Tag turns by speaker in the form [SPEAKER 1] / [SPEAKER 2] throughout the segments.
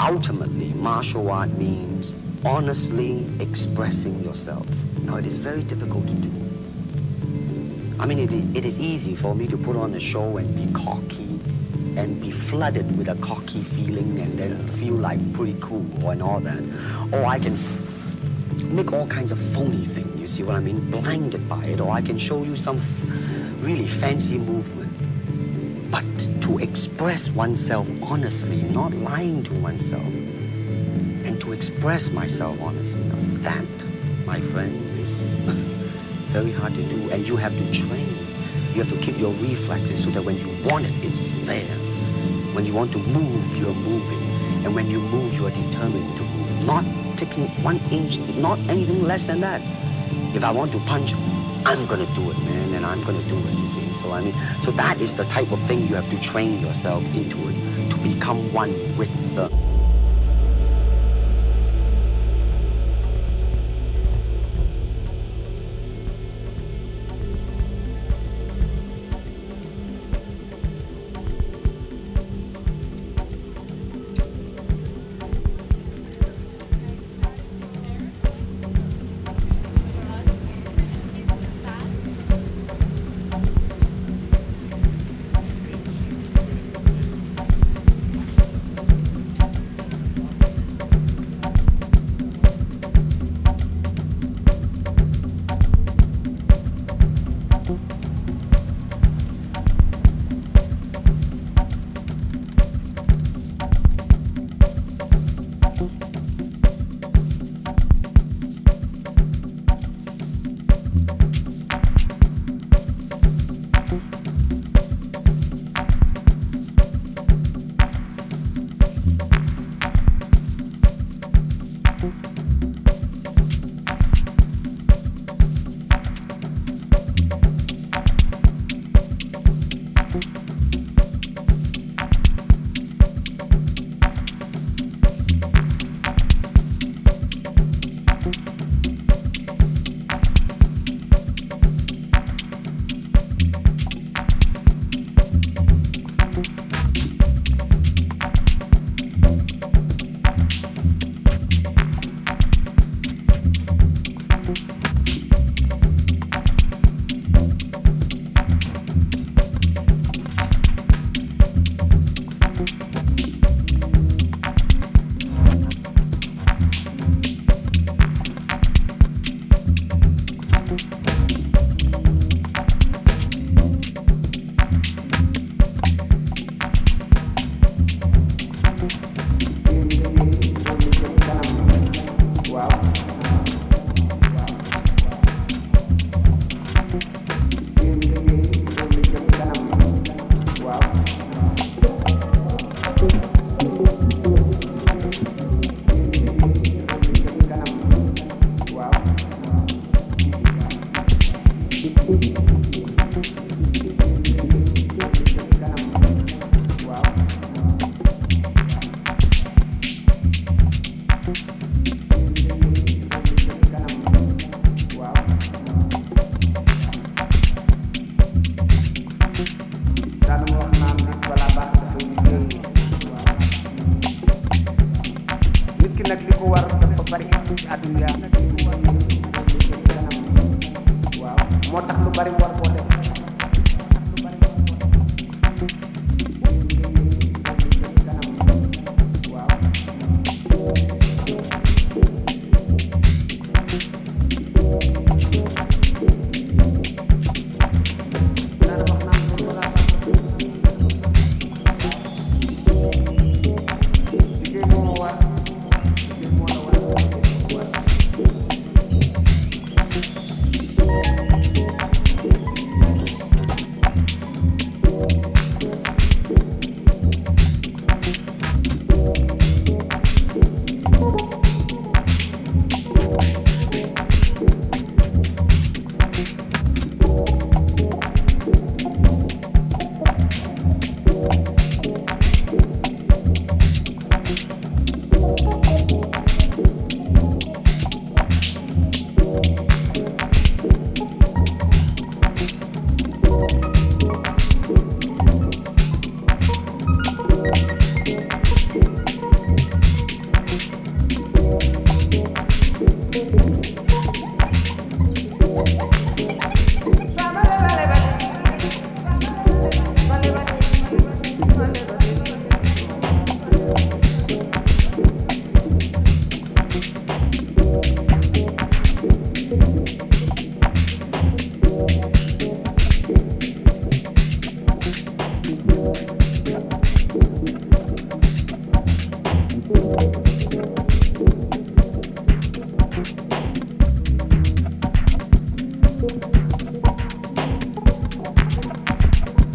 [SPEAKER 1] Ultimately, martial art means honestly expressing yourself. Now, it is very difficult to do. I mean, it, i- it is easy for me to put on a show and be cocky and be flooded with a cocky feeling and then feel like pretty cool and all that. Or I can f- make all kinds of phony thing, you see what I mean? Blinded by it. Or I can show you some f- really fancy movement. But to express oneself honestly, not lying to oneself, and to express myself honestly, now that, my friend, is very hard to do. And you have to train. You have to keep your reflexes so that when you want it, it's there. When you want to move, you're moving. And when you move, you are determined to move. Not taking one inch, not anything less than that. If I want to punch, I'm gonna do it, man, and I'm gonna do it, you see. So I mean, so that is the type of thing you have to train yourself into it to become one with the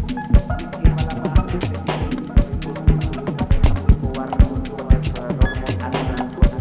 [SPEAKER 2] Keluar profesor Romo Adnan Tuhan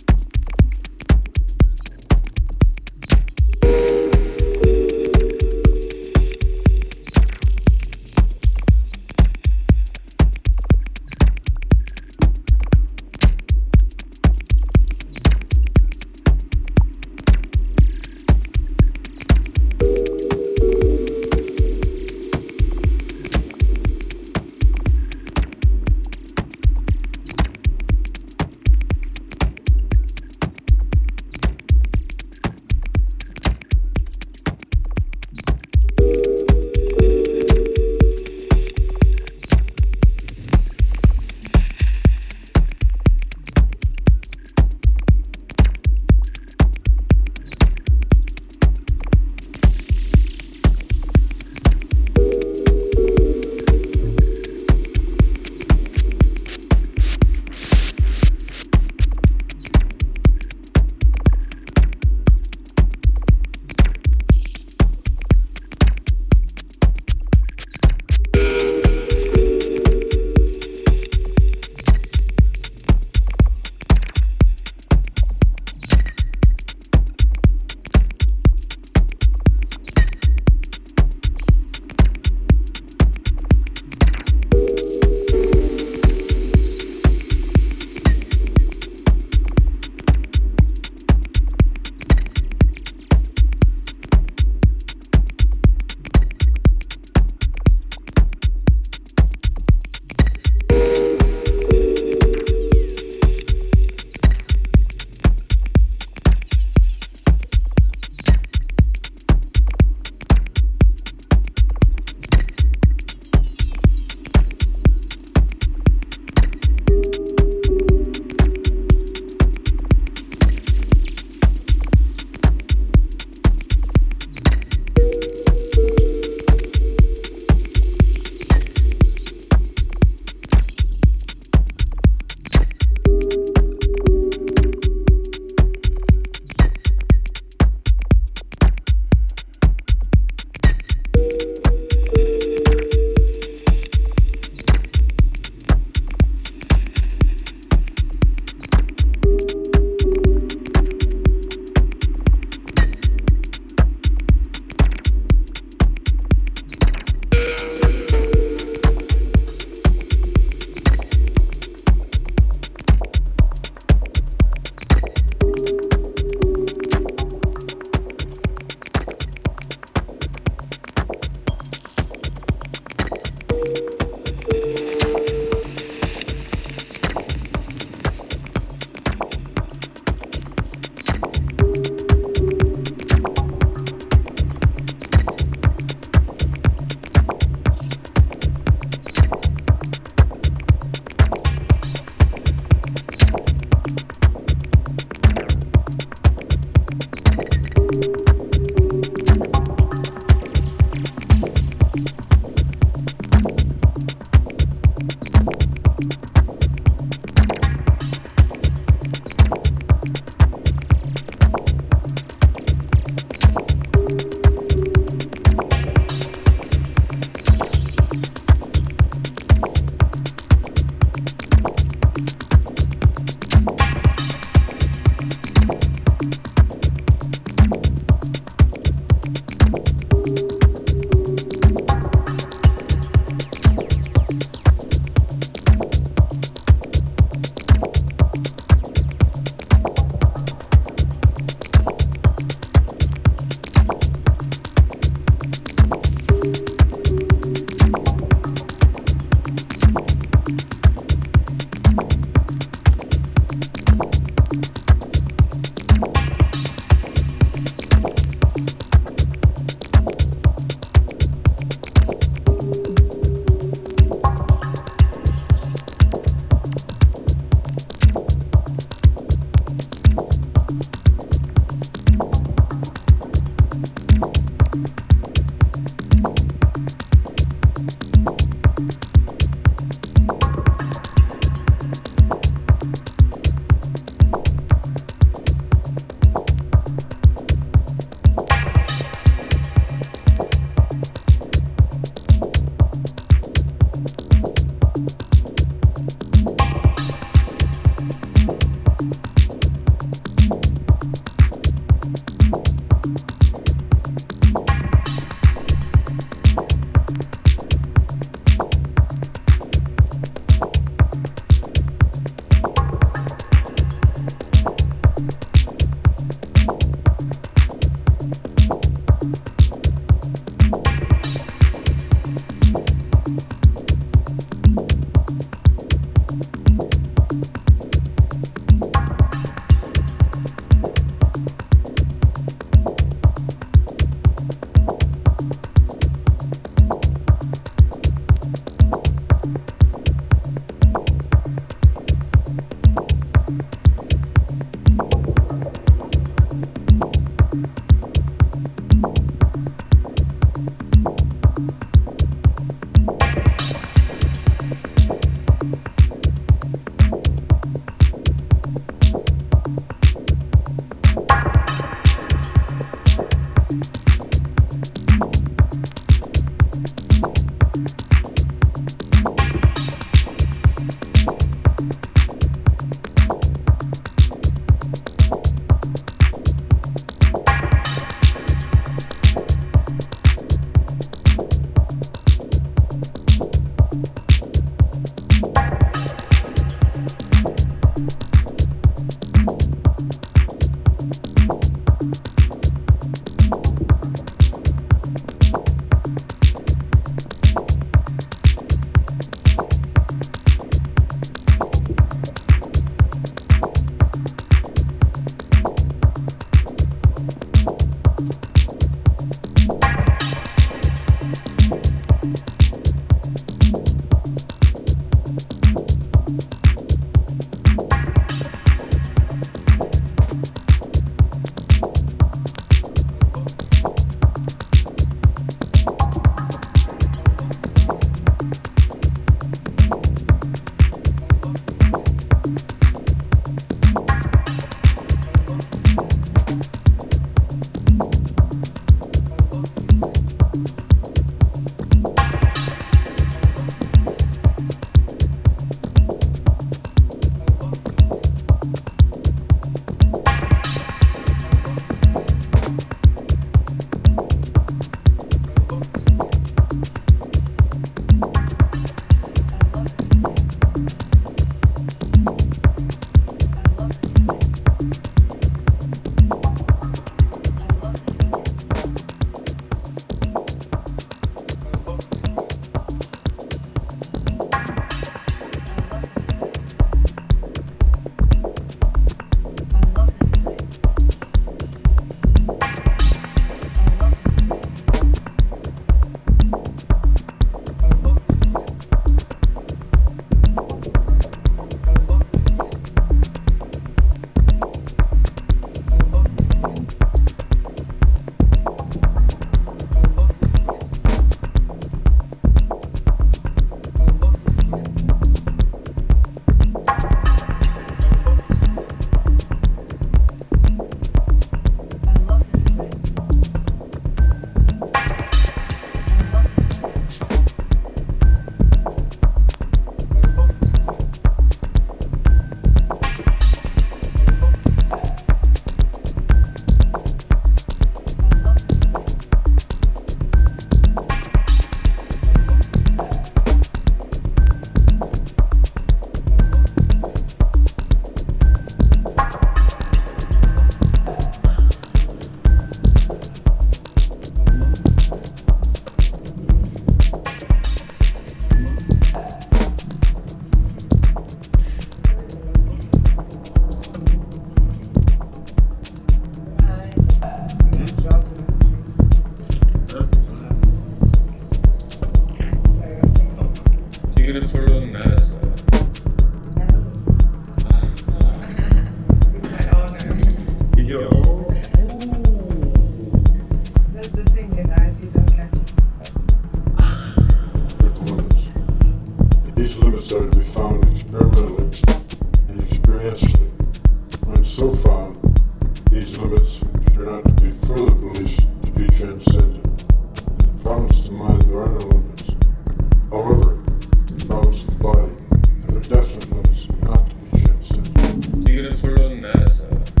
[SPEAKER 3] You could have pulled on that, so.
[SPEAKER 4] He's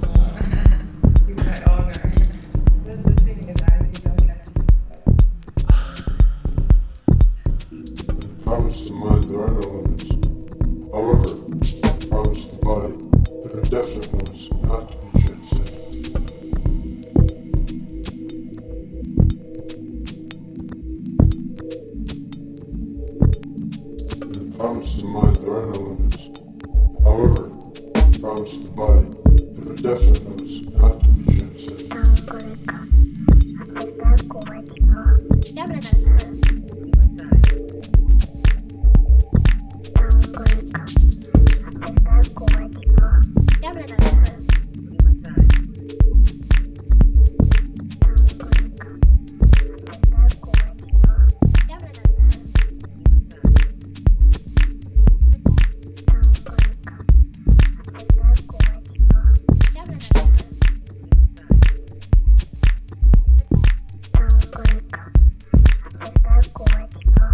[SPEAKER 4] my owner. That's the thing is I really don't like to.
[SPEAKER 5] promised the mind there are no limits. However, promised the body there are definite limits not to be transcended. Promised the mind there are no limits. However, promised the body there are definite limits not to be transcended.
[SPEAKER 6] Thank you.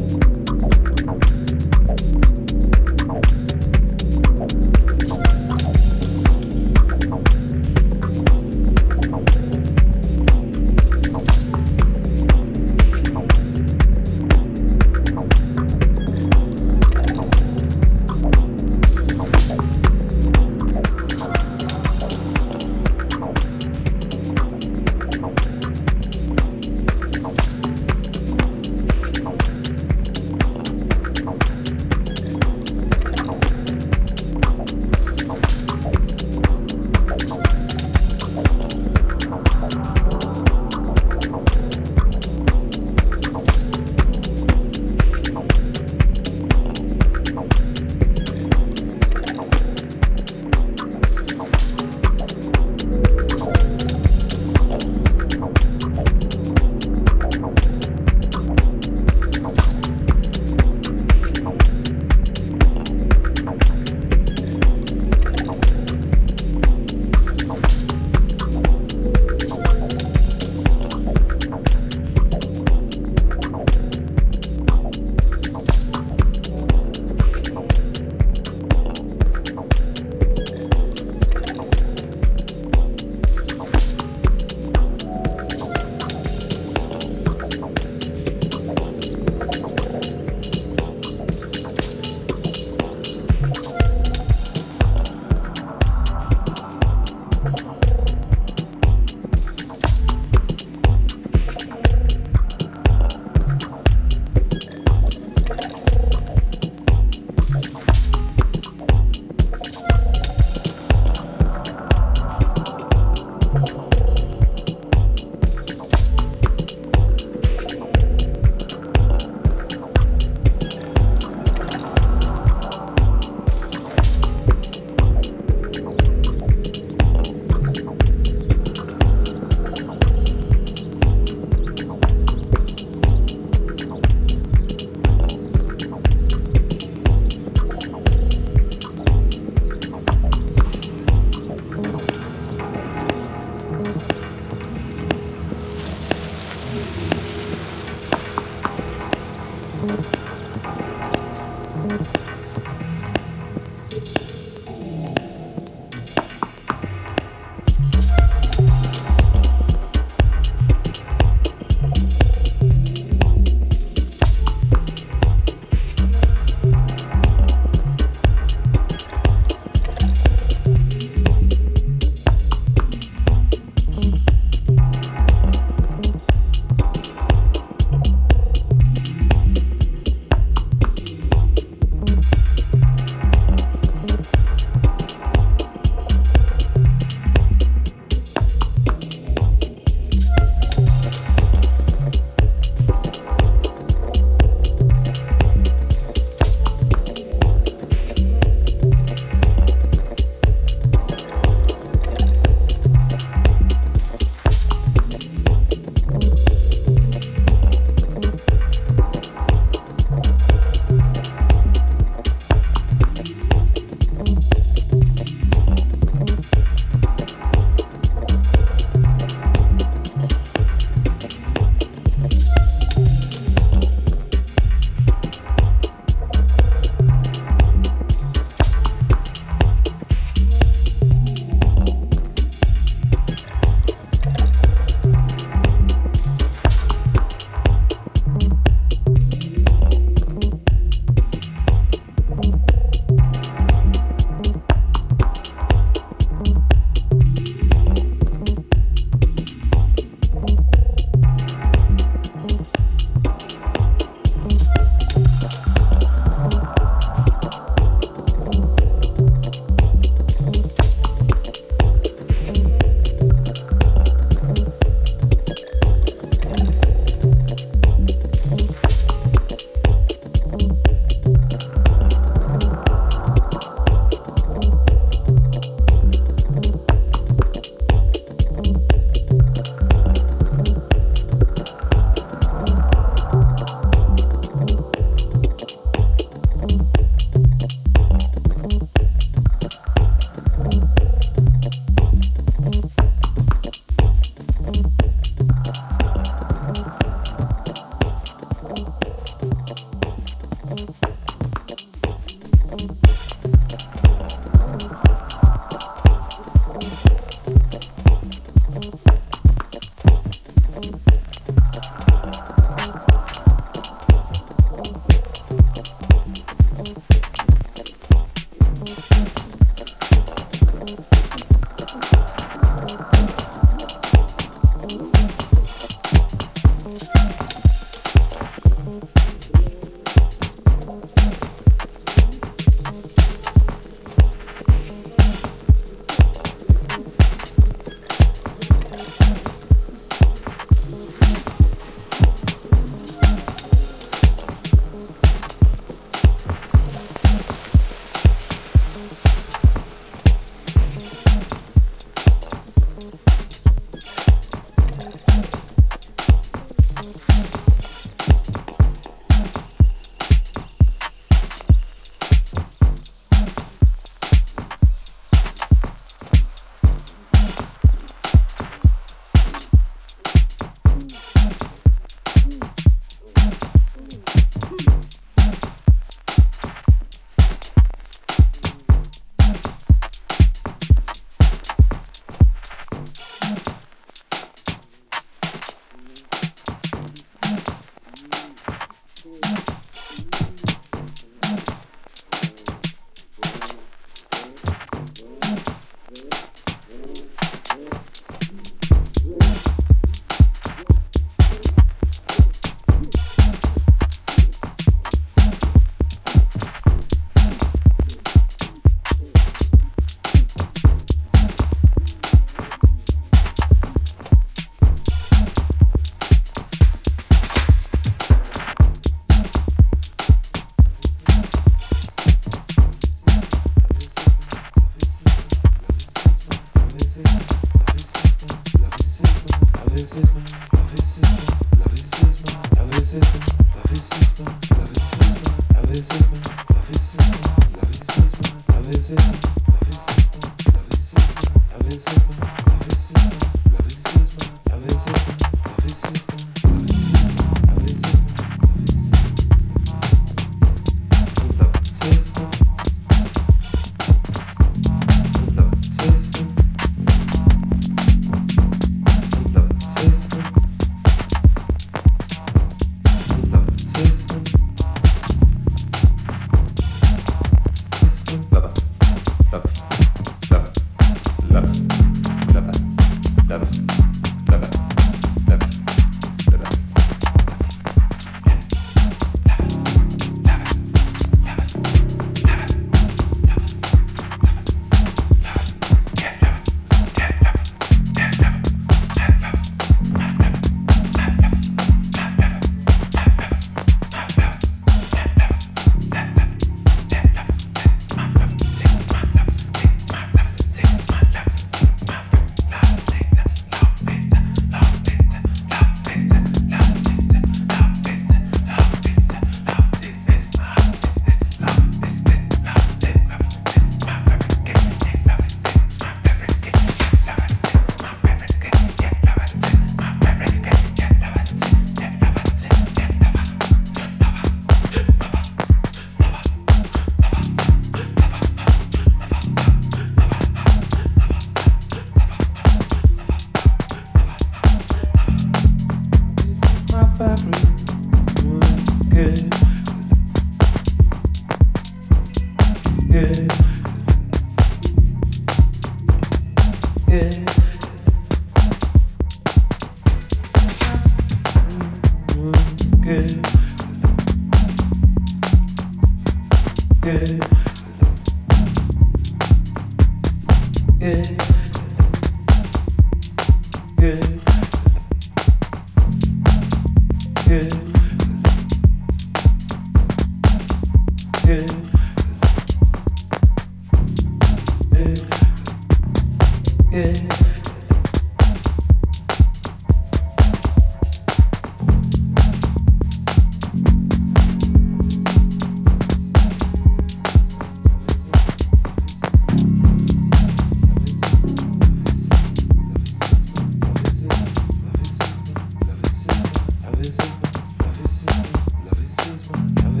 [SPEAKER 3] Love is love is love is love is love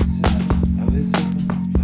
[SPEAKER 3] is love is love is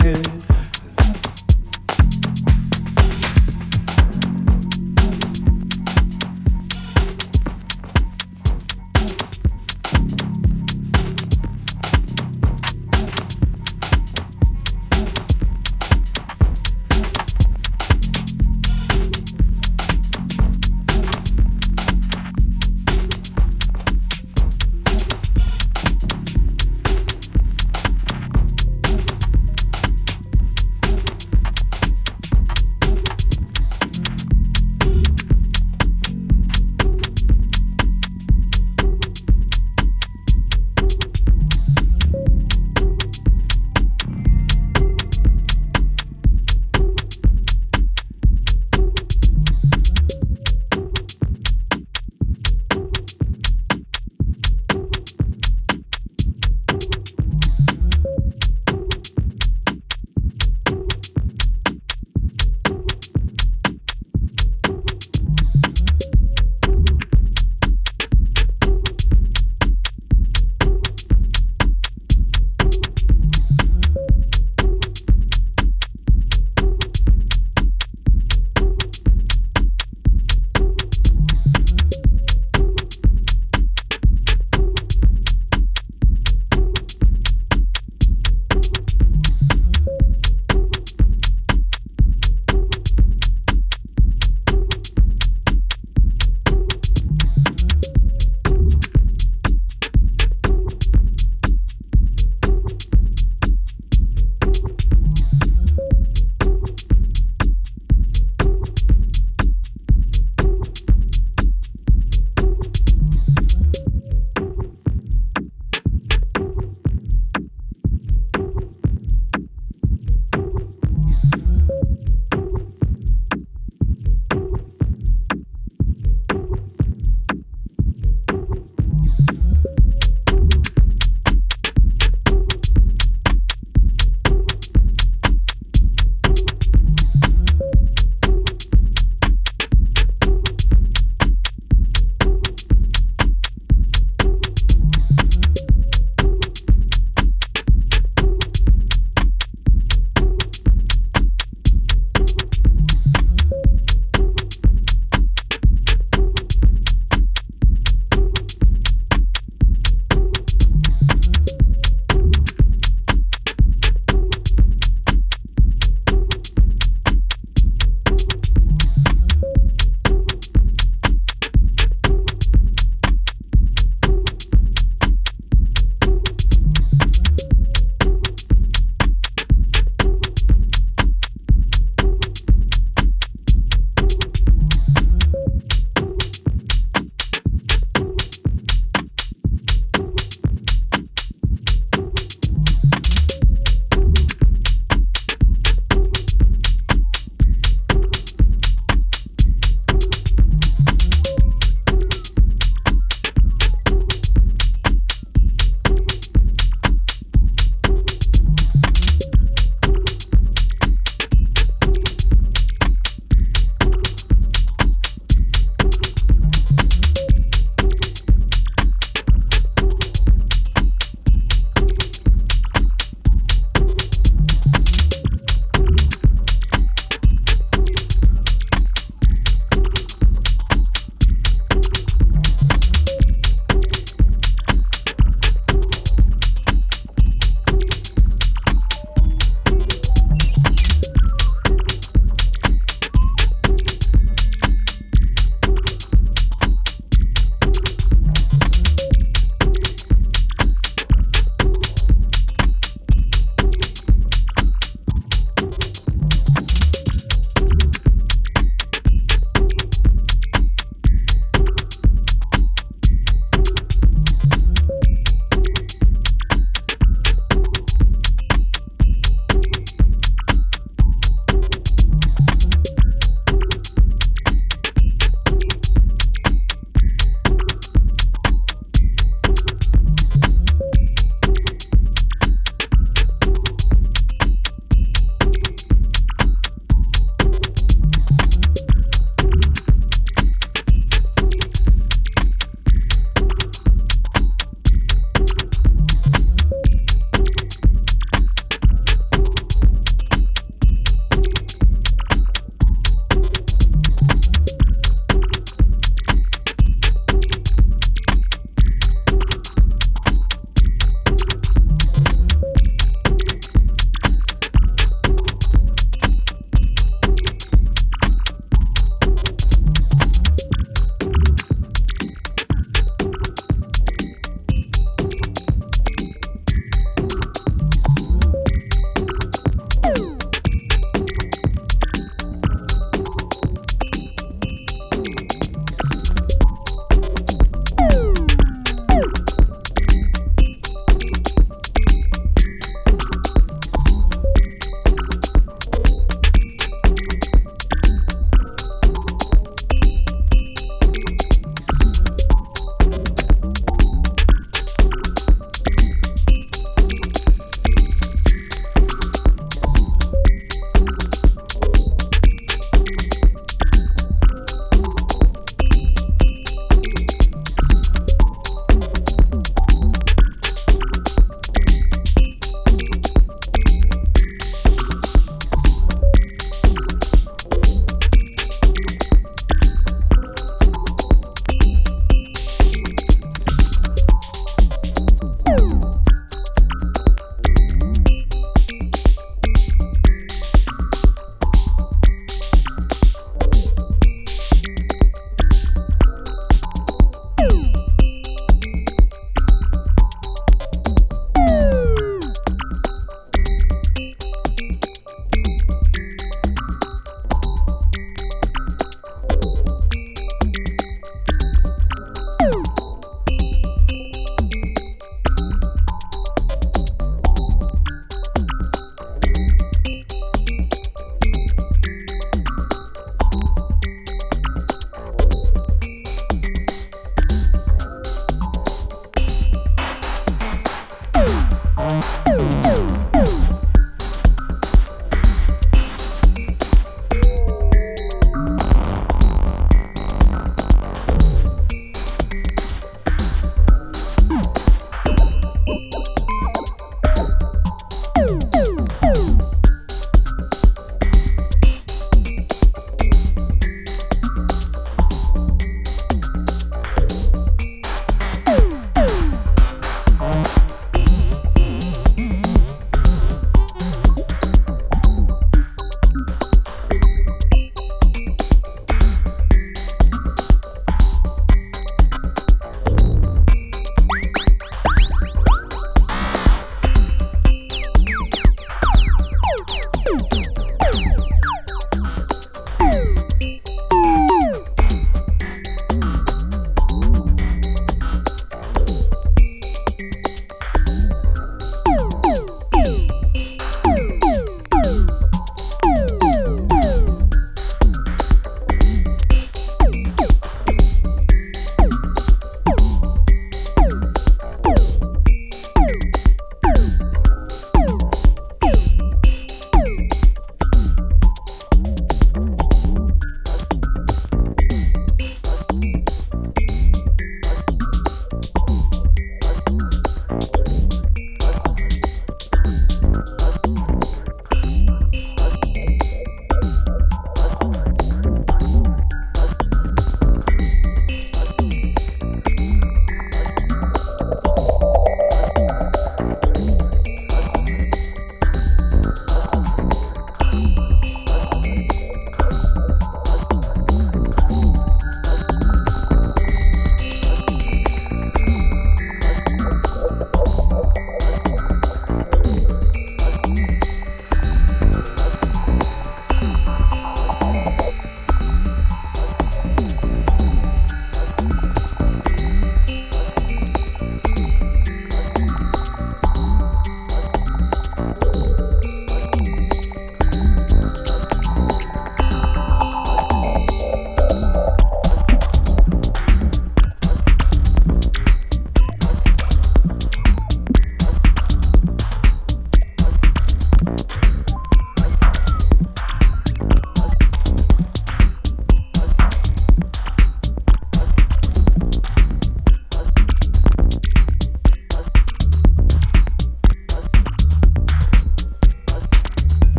[SPEAKER 3] Good.